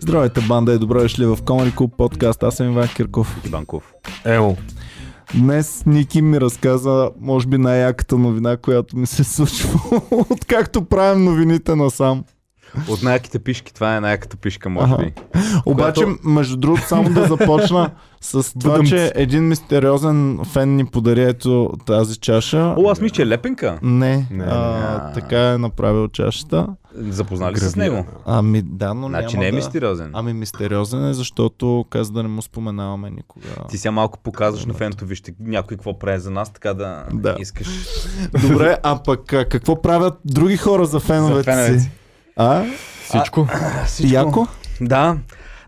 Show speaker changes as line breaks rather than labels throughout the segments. Здравейте, банда и добре дошли в Comedy Club подкаст. Аз съм Иван Кирков.
Иванков.
Ело.
Днес Ники ми разказа, може би, най-яката новина, която ми се случва, откакто правим новините насам.
От най-яките пишки, това е най-яката пишка, може
Аха.
би.
Обаче,
Която-
между другото, само да започна с това,
Бъдъмц.
че един мистериозен фен ни подари ето тази чаша.
О, аз мисля, че е лепенка.
Не,
Не,
а,
не.
така е направил чашата.
Запознали ли се с
Гравира.
него?
Ами да, но
Значи
няма
не е
да...
мистериозен.
Ами мистериозен е, защото каза да не му споменаваме никога.
Ти сега малко показваш на фенто, вижте някой какво прави за нас, така да,
Да.
искаш.
Добре, а пък а, какво правят други хора за феновете,
За феновете.
си? А?
Всичко.
Яко?
Да.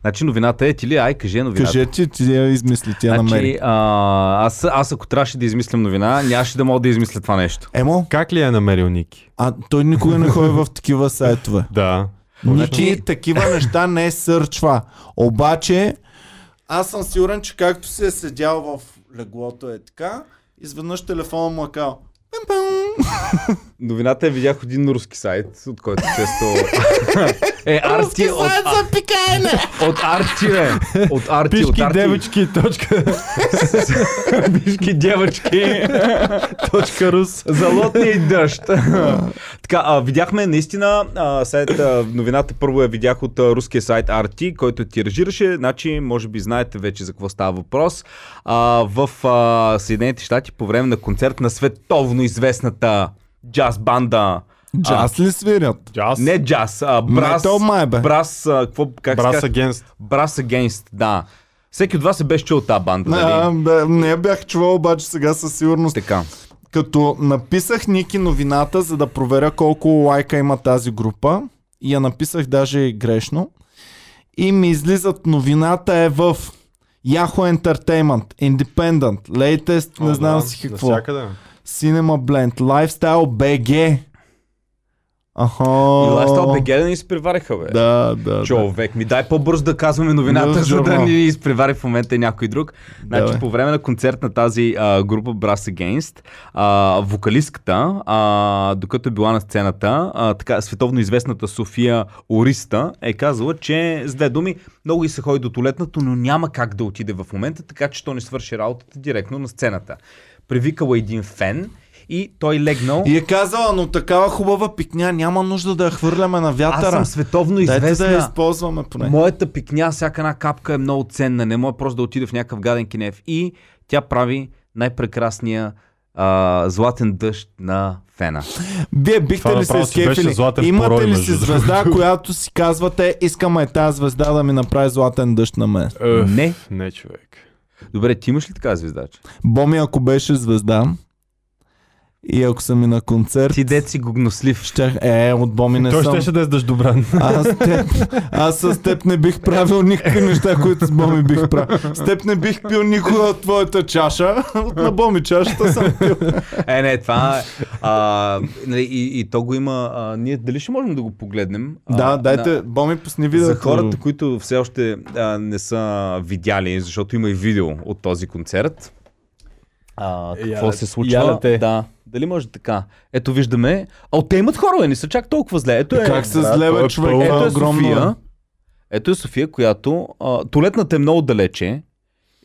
Значи новината е ти ли? Ай, кажи я новината.
Кажете, ти, ти я измисли, ти я намери.
Значи, а, аз, аз ако трябваше да измислям новина, нямаше да мога да измисля това нещо.
Емо,
Как ли я е намерил Ники?
а той никога не ходи в такива сайтове.
Да.
Ники такива неща не сърчва. Обаче, аз съм сигурен, че както си е седял в леглото е така, изведнъж телефона му е кал.
Новината е видях един руски сайт, от който често... е, арти от,
за пикаене!
от арти, бе. От арти, от
Пишки
арти.
девочки, точка.
Пишки девочки.
Точка рус.
Залотни и дъжд. така, а, видяхме наистина а, сайт, а, новината първо я видях от а, руския сайт RT, който тиражираше. Значи, може би знаете вече за какво става въпрос. А, в а, Съединените щати по време на концерт на световно известната джаз банда. а,
Джаз ли свирят?
Джаз.
не джаз, а брас.
Metal май, бе.
Брас, а, какво, как
Брас
се
агенст.
Брас Against, да. Всеки от вас е беше чул тази банда,
А,
нали?
бе, не я бях чувал, обаче сега със сигурност.
Така.
Като написах Ники новината, за да проверя колко лайка има тази група, и я написах даже и грешно, и ми излизат новината е в Yahoo Entertainment, Independent, Latest, не знам си какво,
Навсякъде.
Cinema Blend, Lifestyle BG. Аха.
И Лайфстайл Бегеля ни изпревариха, бе.
Да, да. да.
Човек, ми дай по-бързо да казваме новината,
News
за да
Journal.
ни изпревари в момента някой друг. Значи,
Давай.
по време на концерт на тази а, група Brass Against, а, вокалистката, а, докато е била на сцената, а, така световно известната София Ориста е казала, че с две думи много и се ходи до туалетната, но няма как да отиде в момента, така че то не свърши работата директно на сцената. Привикала един фен и той легнал.
И е казала, но такава хубава пикня няма нужда да я хвърляме на
Аз
вятъра.
съм световно
Дайте
известна.
да я използваме поне.
Моята пикня, всяка една капка е много ценна. Не може просто да отиде в някакъв гаден кинев. И тя прави най-прекрасния а, златен дъжд на фена.
Вие бихте
Това
ли се
направо си беше
изкефили?
златен
Имате
порой,
ли си
между
звезда, която си казвате, искаме е тази звезда да ми направи златен дъжд на мен?
Не.
Не, човек.
Добре, ти имаш ли така звездача?
Боми, ако беше звезда и ако съм и на концерт,
Ти дет си гогнослив.
щях... Е, от Боми не
Той
съм.
щеше да е с дъждобран.
Аз, с теб, аз с теб не бих правил никакви неща, които с Боми бих правил. С теб не бих пил никога от твоята чаша. От на Боми чашата съм пил.
Е, не, това е. А, нали, и, и то го има. А, ние дали ще можем да го погледнем? А,
Да,
на-
дайте, Боми, пусни видео.
За хората, които все още а, не са видяли, защото има и видео от този концерт. А, какво
Яля-
се случва?
яля те.
Да. Дали може така? Ето виждаме. А от те имат хора, бе, не са чак толкова зле. Ето е.
Как се
Да,
зле,
той
бе,
е
човек?
пълно.
Ето
Ето
е
огромно.
София. Ето е София, която. А, туалетната е много далече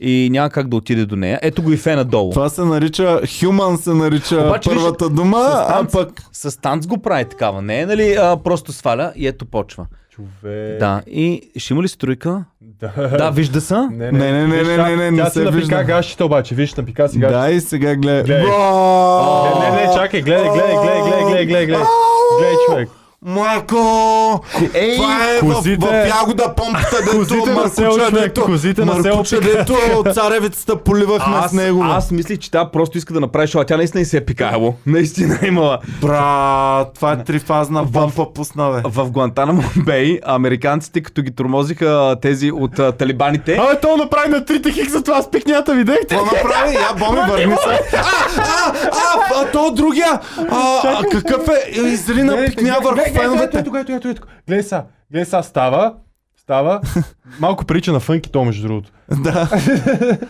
и няма как да отиде до нея. Ето го и фена долу.
Това се нарича, human се нарича
Обаче, виж,
първата дума, а
танц-
е пък
С танц го прави такава. Не е, нали? А, просто сваля и ето почва.
Човек.
Да. И ще има ли струйка?
Да.
Да, вижда се.
Не,
Е, Не, не, не,
Виж,
не,
тя-
не, не, не
Тя си
се вижда.
напика гащите обаче. Виж, напика си гащите.
да и сега гледай.
Гледай. Е,
Бро!
Не, не, не, чакай, гледай, гледай, гледай, гледай, гледай, гледай, гледай. Гледай, човек.
Марко! Ей, това е в,
козите-
в ягода помпата, дето
Козите на село,
маркуча,
човек,
дето,
козите на село
маркуча, дето царевицата поливахме
аз,
с него. бе.
Аз мислих, че тя просто иска да направи шоу, а тя наистина и се е пикаело. Наистина е имала.
Брат, това е трифазна бомба пусна, бе.
В Гуантанамо Бей американците, като ги тормозиха тези от а, талибаните,
Абе, то направи е на 3 хикс, за това с пикнята, видяхте?
Какво направи? Я, Боми, върни се. А, а, а, а, то другия. А, а какъв е? Изри на пикня върху феновете.
Ето, ето, ето, ето. Гледай са, гледай са, става, става. Малко прилича на фънки то, между другото.
Да.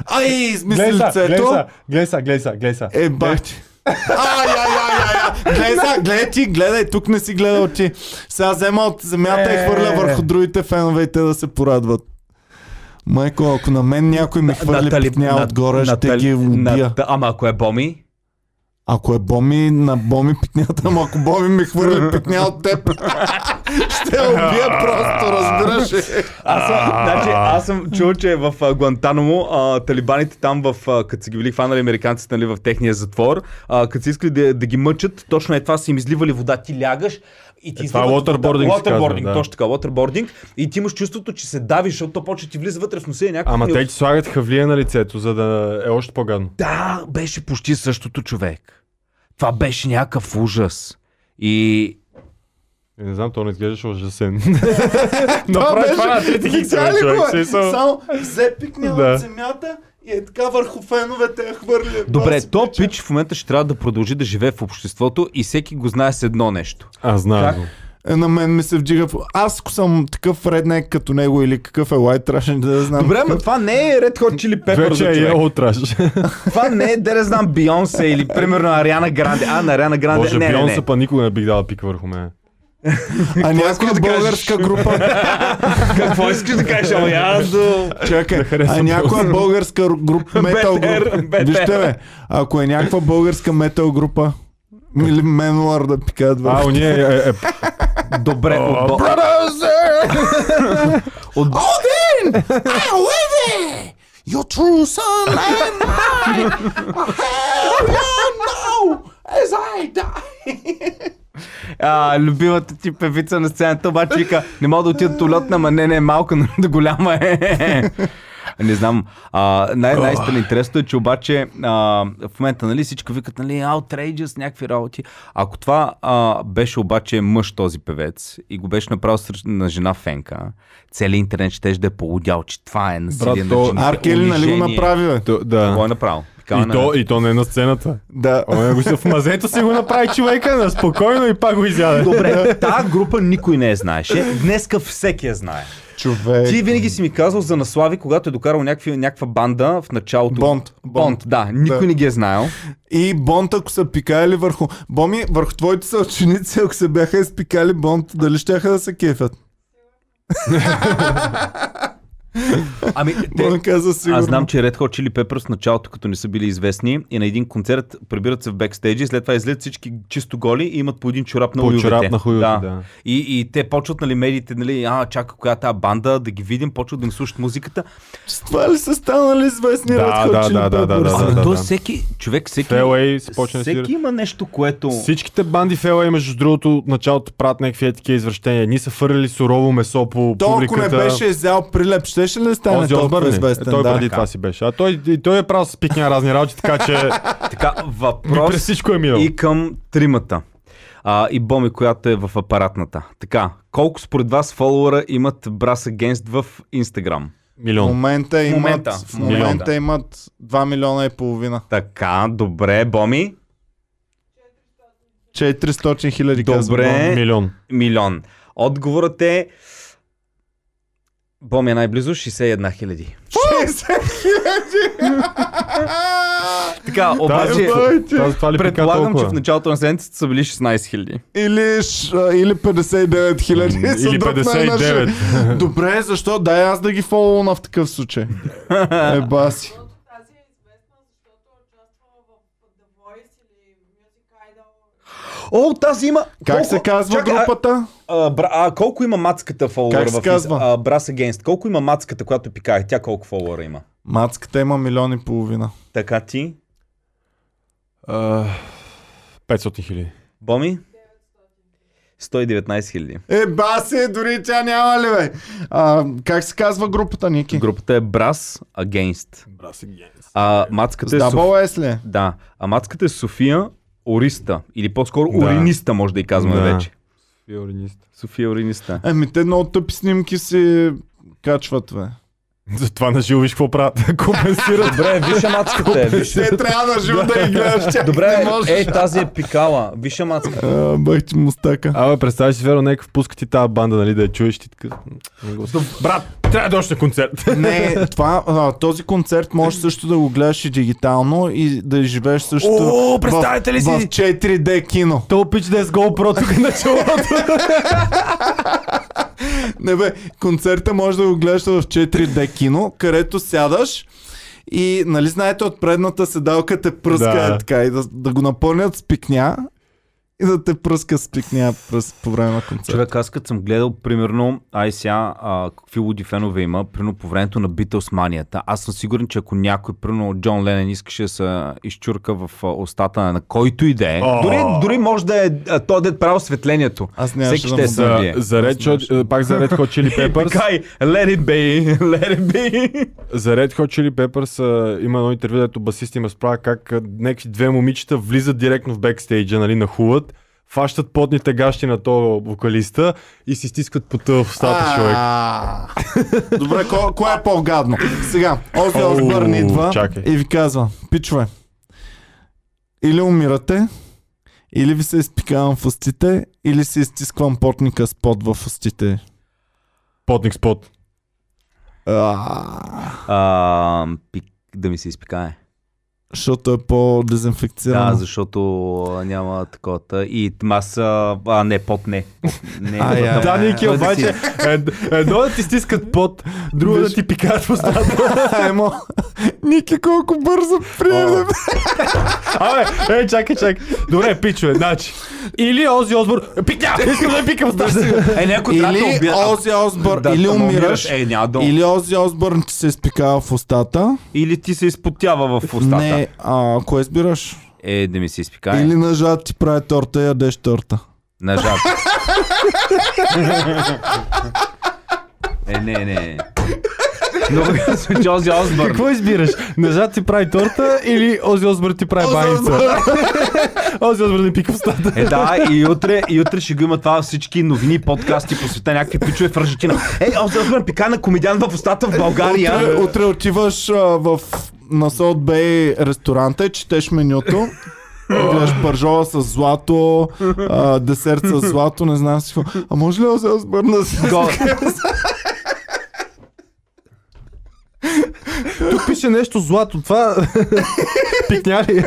Ай, измисли
Гледай са, гледай
лицето.
са, гледай са, гледай са, гледай са.
Е, бах ти. Ай, ай, ай, ай, ай. Гледай сега, гледай ти, гледай, тук не си гледал ти. Сега взема от земята и хвърля
Е.
върху другите фенове и те да се порадват. Майко, ако на мен някой ми хвърли
Натали-
пикня
Нат-
отгоре, ще
Натали-
ги убия.
Ната- Ама ако е Боми,
Ако е боми, на боми пикнята, ама ако боми ми хвърли пикня от теб, ще я убия просто, разбираш ли?
Аз съм, значи, аз съм чул, че в а, Гуантанамо а, талибаните там, в, а, като са ги били хванали американците нали, в техния затвор, а, като са искали да, да ги мъчат, точно е това са им изливали вода. Ти лягаш и ти
Е, това е
изливат вода.
waterboarding се казва,
Waterboarding,
да.
точно така, waterboarding. И ти имаш чувството, че се давиш, защото то почва да ти влиза вътре в носа и е някакво...
Ама те ти слагат хавлия на лицето, за да е още по-гадно.
Да, беше почти същото човек. Това беше някакъв ужас. И
И Е, не знам, то не изглеждаше ужасен.
Това
Направи
беше-
това на 30
Видя
хиксера,
ли
човек. е
го, бе?
смисъл.
Само взе пикня
Да.
от земята и е така върху феновете я хвърли.
добре,
Баси,
то
пича.
пич в момента ще трябва да продължи да живее в обществото и всеки го знае с едно нещо.
А, знам.
Как?
го.
Е, на мен ми се вдига. в- Аз ако съм такъв реднек като него или какъв е лайт, трябваше да знам.
Добре,
какъв...
ама това не е Red Hot Chili Peppers
Вече
за
е
човек.
ял отраш.
Това не е, да не знам, Бионсе или примерно Ариана Гранде. А, на Ариана Гранде
Боже,
не, не, не.
Бионса па никога не бих дал пик върху мен.
а някоя
да кажеш?
българска група.
Какво искаш да кажеш? Ама я до...
Чакай, а
харесвам
някоя българска група метал
BTR,
група.
BTR.
Вижте бе, ако е някаква българска метал група, или Менуар да пикаят
А,
върху.
уния е, е, е
Добре, от, Бо... от...
Odin! I live it! Your true son and mine! Oh, Hell you know as I die!
а, любимата ти певица на сцената, обаче вика, не мога да отида туалетна, ама не, не е малка, но да голяма е. Не знам. А, най- най-стан интересното е, че обаче а, в момента нали, всички викат нали, outrageous, някакви работи. Ако това а, беше обаче мъж този певец и го беше направил срещу- на жена Фенка, целият интернет ще да е полудял, че това е насилие
то-
на жените.
Аркели, нали го
унижение.
направи, бе?
то-
Какво
да.
е направил? нали? Пикал
И
на-
то, и то не е на сцената.
Да.
Ама го се в мазето си го направи човека, на спокойно и пак го изяде.
Добре, тази група никой не е знаеше. Днеска всеки я знае.
е
Човек.
Ти винаги си ми казал за Наслави, когато е докарал някакви, някаква банда в началото.
Бонд.
Бонд, да. Никой
Да.
не ги е знаел.
И Бонт, ако са пикали върху... Боми, върху твоите съученици, ако се бяха изпикали Бонт, дали щяха да се кефят?
Ами,
Бон
те...
каза сигурно.
Аз знам, че Red Hot Chili Peppers в началото, като не са били известни, и на един концерт прибират се в бекстейджи, след това излизат всички чисто голи и имат по един чорап на
По
уювете.
чорап на хуювете, да.
И, и, те почват, нали, медиите, нали, а, чака коя е тази банда, да ги видим, почват да им слушат музиката.
С това ли са станали известни
Да,
Red Hot
да,
Chili
да, да, да,
Peppers?
да,
Ами,
да.
той всеки, човек, всеки,
Фелей се почне да свира.
всеки има нещо, което...
Всичките банди Фелей, между другото, от началото правят някакви е такива извращения. Едни са фърлили сурово месо по
То, ако
публиката.
не беше взял прилеп, щеше ли да стане
Ози
толкова
Осбърн, е,
известен?
той
да.
преди това си беше. А той, и той е правил с пикня разни работи, така че
Така, въпрос...
през всичко е минал.
И към тримата. А, и Боми, която е в апаратната. Така, колко според вас фолуара имат Brass Against в Инстаграм?
В
Милион.
момента имат,
момента.
в момента
Милион, да.
имат 2 милиона и половина.
Така, добре, Боми.
400 хиляди казва
Добре.
Бон.
Е.
Милион.
Милион. Отговорът е... Боми е най-близо 61 хиляди.
60 хиляди!
Така,
Тази,
обаче...
байте.
тази, това ли пика
Предполагам, че
толкова?
в началото на седмицата са били 16 хиляди.
Или, ш- а, или 59 хиляди.
М,
са
или
друг най-наш.
59.
Добре, защо? Дай аз да ги фоллоуна в такъв случай. Е, баси.
Защото тази е известна, защото е участвала в The Voice или Music Idol.
О, тази има...
Как се казва
Чакай, а-
групата?
А, бра, а колко има мацката фолуара
Как
в
се
Инст-
казва?
А, Brass Against? Колко има мацката, която пикае? Тя колко фолуара има?
Мацката има милион и половина.
Така ти?
А, 500 хиляди.
Боми? 119 хиляди.
Е, баси, дори тя няма ли, бе? А, как се казва групата, Ники?
Групата е Brass Against. А
С
мацката е София.
дабл С ли? е?
Да. А мацката е София Ориста. Или по-скоро
Да.
Ориниста, може да и казваме
Да.
вече. София Ориниста.
Еми, те много тъпи снимки си качват, бе.
Затова на живо виж какво правят. Компенсират.
Добре, виж амацката е. Виж.
Те трябва на живо да ги гледаш. чак
Добре,
не можеш.
ей, тази е пикала. Виж амацката.
А, Бах ти мустака.
Абе, представяш си, Веро, нека впуска ти тази банда, нали, да я чуеш ти така. Не го- Брат, трябва да дойдеш на концерт.
Не, това, а, този концерт може също да го гледаш и дигитално и да живееш също
О,
в,
представете ли си?
в 4D кино.
То пич да е с GoPro тук на челото.
Не бе, концерта може да го гледаш в 4D кино, където сядаш и, нали знаете, от предната седалка те пръска
Да.
да. така и да, да го напълнят с пикня и да те пръска с пикня през, по време на концерта.
Човек, аз като съм гледал, примерно, ай сега, а, какви луди фенове има, примерно по времето на Beatles манията, аз съм сигурен, че ако някой, примерно Джон Ленен искаше да се изчурка в а, устата на който и да е,
О.
дори, дори може да е а, той дед правил светлението.
Аз нямаше да
Всеки ще е
му
се
дам.
набие.
За Red Hot, пак за Red Hot Chili Peppers.
Кай, let it be, let it be.
За Red Hot Chili Peppers а, има едно интервю, дето басист им разправя как а, някакви две момичета влизат директно в бекстейджа, нали, нахуват, фащат потните гащи на то вокалиста и си стискат пота в устата, човек.
А. Добре, ко, кое е по-гадно? Сега, Ози
Оу,
Осбърн идва
чакай.
и ви казва, пичове, или умирате, или ви се изпикавам в устите, или се изтисквам портника с пот в устите.
Потник спот.
А,
А, пик, да ми се изпикае.
защото е по-дезинфекцирано.
Да, защото а, няма такова. та. И маса, а не, пот не. не
Ай, ай,
Да,
ай.
Ники,
бъди си.
обаче, ед- едно да ти стискат пот, друго да ти пикаят в устата.
Емо, Ники колко бързо приеме.
Абе, е, чакай, чакай. Добре, пичове, значи. Или Ози Осборн. Пикня! Искам да пикам в устата.
Е, някой трябва да
Или
убие.
Ози Осбърн,
Да,
или
да му
умираш,
Е, няма да. Или...
или Ози Осбърн ти се изпикава в устата.
или ти се изпотява в устата.
Не, а кое избираш?
Е, да ми се изпикае.
Или ножа ти прави торта и ядеш торта.
На жаб. е, не, не. Много съм Джози Осборн.
Какво избираш? Ножа ти прави торта или Ози Осборн ти прави баница? Ози Осборн не пика в устата.
Е, да, и утре, и утре ще го има това всички новини, подкасти по света, някакви пичове в Аржентина. Е, Ози Осборн пика на комедиан в устата в
Утре,
България.
утре отиваш а, в на Солт Бей ресторанта и четеш менюто. Гледаш пържола с злато, а, десерт с злато, не знам си какво. А може ли да се разбърна с
Го-
Тук пише нещо злато, това... Пикня ли?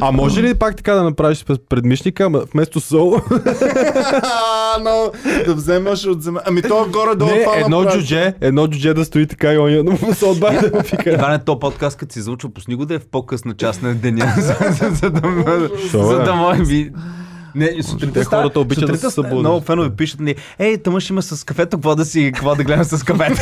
А може ли пак така да направиш през предмишника, ама вместо сол?
А, но да вземаш от земя. Ами то горе-долу
Не,
това
едно
направи.
джудже, едно джудже да стои така и оня да му се отбавя да му пика.
Иване, то е подкаст, като си излучва, пусни го да е в по-късна част на деня, за, за, за да, ме-
Що,
за
бе?
да може би... Не, сутринта
е. Те хората обичат да
сутринта
се
ста-
събудят.
Много фенове пишат ни, ей, тъмъж има с кафето, какво да си, какво да гледам с кафето.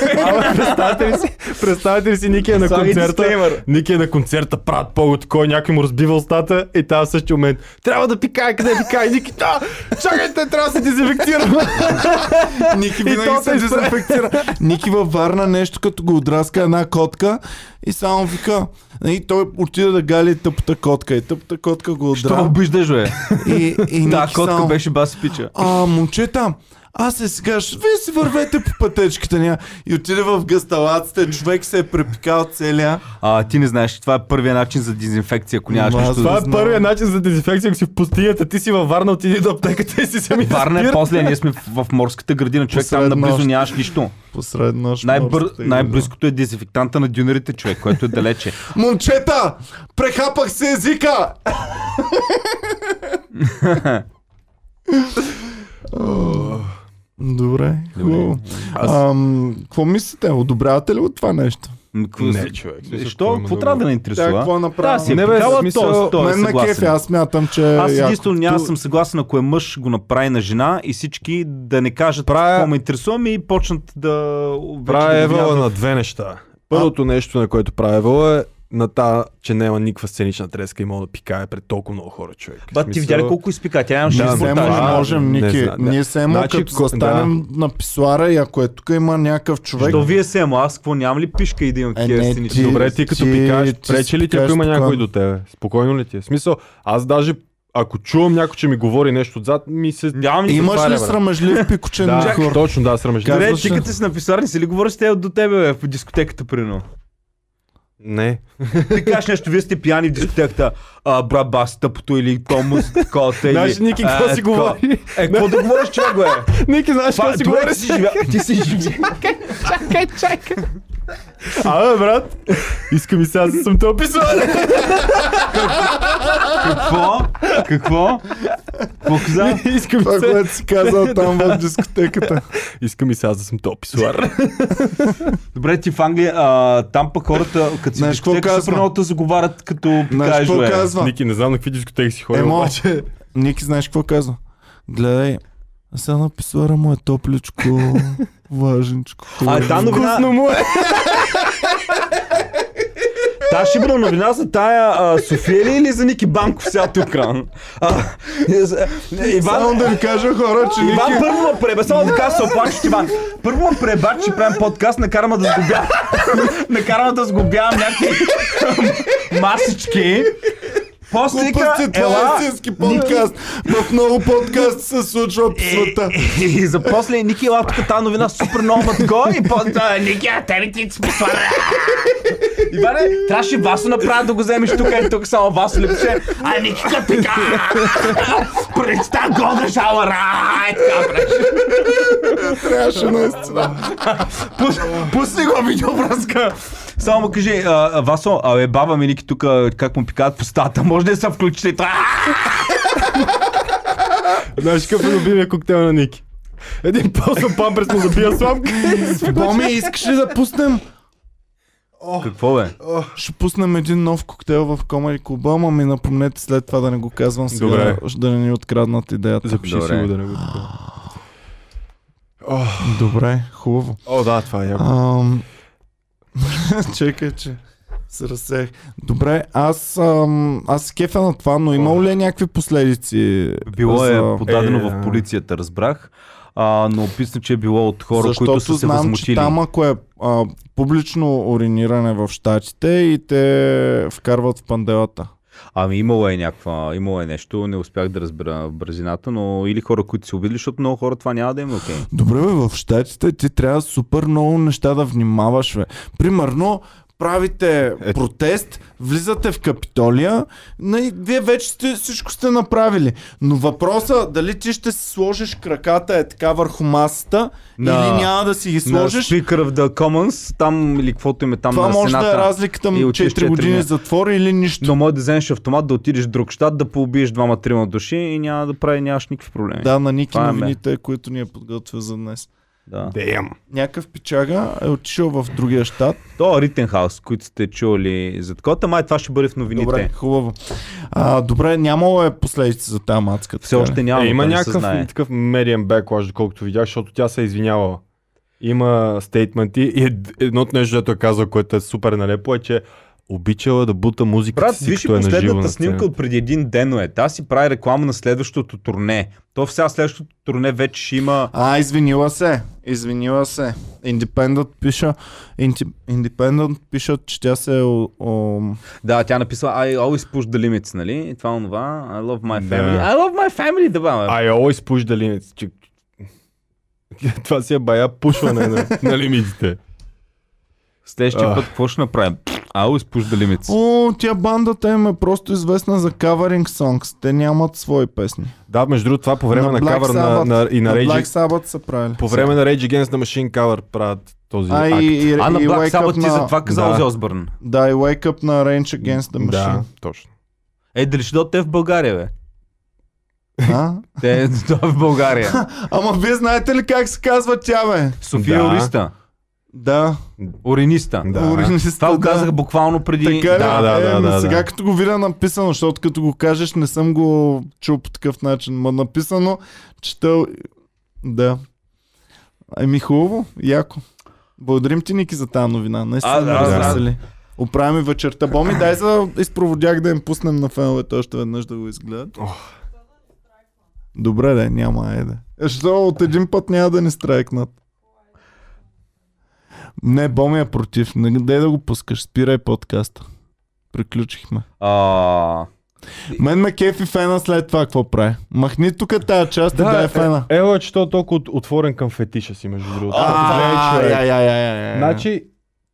Представете ли си, представете ли си Ники е на
Слагай
концерта,
дисклеймър.
Ники е на концерта, правят повод, кой някой му разбива устата и тази в същия момент. Трябва да пикае, къде пикае, Ники, да, чакайте, трябва да се дезинфектирам.
Ники
то
винаги се
те спре.
дезинфекцира. Ники във Варна нещо, като го отраска една котка и само вика. И той отиде да гали тъпата котка. И тъпата котка го
Що
отдра.
обиждаш, бе?
И, и
е. Да,
Ники
котка
само...
беше баси пича.
А, момчета, аз се сега, ще- вие си вървете по пътечката ня. И отиде в гъсталаците, човек се е препикал целия.
А, ти не знаеш, това е първият начин за дезинфекция, ако нямаш
Ма,
нищо
Това
да...
е
знам.
първият начин за дезинфекция, ако си в пустинята, ти си във Варна, отиди до аптеката и си сами
Варна е
спира.
после, ние сме в, в морската градина, човек там
Посред
наблизо
нощ.
нямаш нищо.
Посредно.
Най-бър, най-близкото е дезинфектанта на дюнерите, човек, който е далече.
Момчета, прехапах се езика! О, Добре, хубаво. Ам, Какво мислите? Одобрявате ли от това нещо?
М, какво-
Не, човек. смисъл,
Що? Какво
има
трябва да
друго?
не
Тя какво
интересува? Да,
направи?
си е
Не, бе,
пикала,
в смисъл,
то, то е
Мен на кеф,
съгласен.
аз смятам, че
Аз
е яко.
единствено няма съм съгласен, ако е мъж го направи на жена и всички да не кажат
Правя-
какво ме интересуваме и почнат да... вече
Правя
да
Евала
вината.
на две неща. Първото нещо, на което правя Евала е на та, че няма никаква сценична треска и мога да пикае пред толкова много хора, човек. В
Ба, ти
смисъл-
видя ли колко изпика? Тя нямаше
Ние
Да,
да,
но
Семо
това-
не можем,
не
Ники.
знам, да.
Ние Семо,
Значи,
като
ко-
застанем на писуара и ако е тук има някакъв човек...
Що вие се, ама аз какво нямам ли пишка и да имам
Е,
такива
не,
сценични?
ти-
Добре.
Добре, ти като
Ти-
пикаеш,
ти
пречи ли ти,
пикаеш
ако има
спокойно.
някой до тебе? Спокойно ли ти е? В Смисъл, аз даже ако чувам някой, че ми говори нещо отзад, ми се...
Нямам нищо.
Имаш ли
затваря, бе.
срамежлив пикочен
Да,
хор?
точно, да, срамежливо.
Казваш
Къде е
ли?
ти като си на писарни си ли говориш с те до тебе бе, в дискотеката прино?
Не.
Ти кажеш нещо, вие сте пияни в дискотеката. А, бра, бас, тъпото или комус, кота или...
Знаеш, Ники,
а,
какво си
тако-
говори?
Е, какво да говориш, човек, бе?
Ники, знаеш
Това
какво
е
си
добре,
говори?
ти си живя... Ти си живя...
Абе, брат, искам и сега да съм те описал.
Какво? Какво? Какво каза?
искам, и
Това,
сега...
което си казал там в дискотеката.
искам и сега да съм те описал.
Добре, ти в Англия, а, там пък хората, като си в
Знаеш, какво
дискотека,
казва?
супер много те заговарят като
Знаеш
пикаеш,
какво
бе.
казва?
Ники, не знам на какви дискотеки си ходил,
Емо,
обаче.
Ники, знаеш какво казва? Гледай, а сега на писуара му е топличко, важничко.
А, е, та новина,
Вкусно му е.
та ще бъде новина за тая а, София ли е или за Ники Банков сега тук? а? А, е, Иван,
Само да ви кажа хора, че
Иван
Ники...
първо ме преба, само да кажа се оплачеш, Иван. Първо ме преба, че правим подкаст, накарам да сгубявам. накарам да сгубявам някакви масички. После
Глупости,
ка,
това
ела,
е истински подкаст. В много подкасти се случва по света.
И, и за после Ники ела тук тази новина е супер много мътко и после а, Ники, а тебе ти си посвара. Иване, трябваше Васо направо да го вземеш тук и тук само Васо лепеше. А Ники като така. Пречта года шаура. Е така, бре.
Трябваше е наистина.
Пус- Пусни го видеовръзка. Само му кажи, а, а, Васо, а, бе, баба ми Ники тук, а, как му пикаят в устата, може да се включите и това.
Знаеш какъв е любимия коктейл на Ники? Един ползва памперс му забия сламка.
Боми, искаш ли да пуснем?
Какво бе?
Ще пуснем един нов коктейл в Комари Клуба, ама ми напомнете след това да не го казвам сега,
Добре.
да не ни откраднат идеята.
Запиши
Добре.
си го да не го
Добре, хубаво.
О, да, това е яко.
Ам... Чекай, че се разсех. Добре, аз, ам... аз се кефя на това, но имало ли е някакви последици?
Било е
за-
подадено
Е,
в
а.
полицията, разбрах. А, но описано, че е било от хора,
Защото
които са се
знам, че
възмутили.
там ако е а, публично ориниране в щатите и те вкарват в панделата.
Ами имало е някаква, имало е нещо, не успях да разбера в бързината, но или хора, които се обидели, защото много хора това няма да им е окей.
Добре, бе, в щатите ти трябва супер много неща да внимаваш, бе. Примерно, правите е... протест, влизате в Капитолия, нали, вие вече сте, всичко сте направили. Но въпроса дали ти ще си сложиш краката е така върху масата
На-
или няма да си ги
На
сложиш,
Speaker of the Commons, там или каквото им е там
това
на
може
сената.
да е разликата
и
му
отиваш
4 години
четири
затвор или нищо.
Но може да вземеш автомат, да отидеш в друг щат, да поубиеш двама-трима души и няма да прави, нямаш никакви проблеми.
Да, на Ники
Това е, бе.
новините, които ни е подготвил за днес.
да.
Дейм.
Някакъв пичага е отишъл в другия щат
То Ритенхаус, които сте чули за такова, май това ще бъде в новините.
Добре, хубаво. А, добре, нямало е последици за тази мацка.
Все
така
още
ли?
няма.
Е, има
да не се
някакъв
знае.
такъв медиен беклаш, доколкото видях, защото тя се е извинявала. Има стейтменти и ед- едното нещо, което е казал, което е супер налепо, е, че обичала да бута музиката
Брат,
си,
виж и
като е наживо
последната
на сцена.
снимка от преди един ден е. Аз си прави реклама на следващото турне. То сега следващото турне вече ще има...
А, извинила се. Извинила се. Independent пиша, Инди- Independent пишат, че тя се е... о- о-
Да, тя написала I always push the limits, нали? И това онова. I love my
Да.
family. I love my family, да бе.
I always push the limits. Че... Това си е бая пушване на, на лимитите.
Следващия
А.
път какво ще направим? I always push the limits.
О, тя бандата им е просто известна за covering songs. Те нямат свои песни.
Да, между другото, това по време на,
Black
кавър на, на, и на, Rage,
Black Sabbath са правили.
по време на Rage Against the Machine кавър правят този
А,
акт.
и, и,
А на
и
Black
Wake Up
Sabbath ти
на...
за това каза
Да.
Ози Осбърн.
Да, и Wake Up на Range Against the Machine.
Да, точно.
Е, дали ще дойдат те в България, бе?
А?
Те дойдат в България.
Ама вие знаете ли как се казва тя, бе?
София
Да.
Ориста.
Да.
Уриниста.
Да.
Ориниста,
Това го
да.
казах буквално преди...
Така
Да,
да, да,
да,
е,
да,
ама
да,
сега
да.
като го видя написано, защото като го кажеш не съм го чул по такъв начин, ма написано, чета... Да. Ами хубаво, яко. Благодарим ти, Ники, за тази новина. Наистина
А,
ме
да,
да.
развесели. Оправяме вечерта. Боми, дай за изпроводях да им пуснем на феновете още веднъж да го изгледат. Добре, да, няма, айде. Е, Що от един път няма да ни страйкнат. Не, Боми е против. Не дай да го пускаш. Спирай подкаста. Приключихме.
А,
Мен ме кефи фена след това какво прави. Махни тук тази част и дай фена.
е, Ело е, че той е толкова от- отворен към фетиша си, между другото.
А,
Гледай, човек.
я, я, я, я, я.
Значи,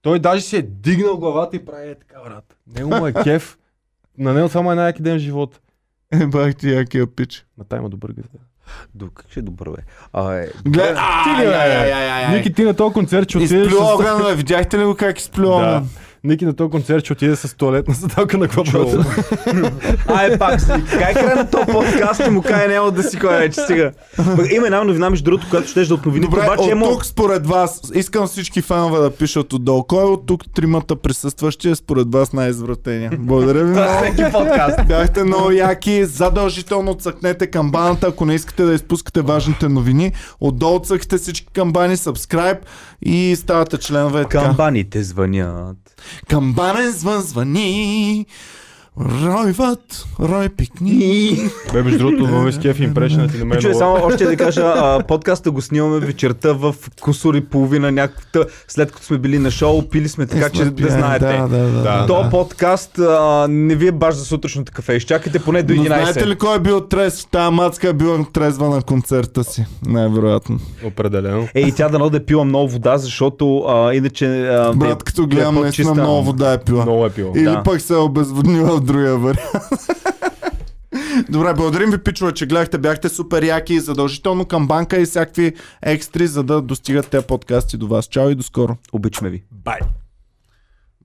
той даже си е дигнал главата и прави е така, брат. Него му е кеф. На него само е най-яки ден в живота.
Е, бах ти якия пич.
На тай има добър гъзда.
До, как ще е добър, бе? А, е,
Гледай,
ти ли, бе? Ники, ти на този концерт, че отидеш
Изплю
с...
огън, бе. видяхте ли го как изплю
Да.
огън?
Ники на този концерт, че отиде с туалетна седалка на главата.
А, е, пак си. Кай край на този подкаст и му кай няма да си кой вече сега. Пък Има една новина, между другото, която ще да отнови.
Добре,
обаче
от
е има...
тук според вас, искам всички фенове да пишат отдолу. Кой от тук тримата присъстващи е според вас най-извратения? Благодаря ви
Това е
много.
всеки подкаст.
Бяхте много яки. Задължително цъкнете камбаната, ако не искате да изпускате важните новини. Отдолу цъкате всички камбани, сабскрайб и ставате членове. и Така.
Камбаните звънят.
Камбанен звън звъни. Ройват, рой пикни.
Бе, между другото, много е с кеф импрешенът и на мен.
Чуе
много-
само още да кажа, а, подкаста го снимаме вечерта в кусор и половина някаква, след като сме били на шоу, пили сме така, че да знаете.
Е, Да, да, да. да.
То подкаст а, не ви е баш за сутрешното кафе. Изчакайте поне до
Но
11.
знаете ли кой е бил трезв? Тая мацка е била трезва на концерта си. Най-вероятно.
Определено.
Е, и тя дано да е пила много вода, защото а, иначе... А, е-
Брат, като гледам, наистина много вода е пила.
Много е пил.
Или
Да.
пък се е обезводнила в другия вариант. Добре, благодарим ви, пичове, че гледахте. Бяхте супер яки. Задължително към банка и всякакви екстри, за да достигат те подкасти до вас. Чао и до скоро.
Обичаме ви. Бай!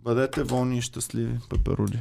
Бъдете волни и щастливи, пеперуди.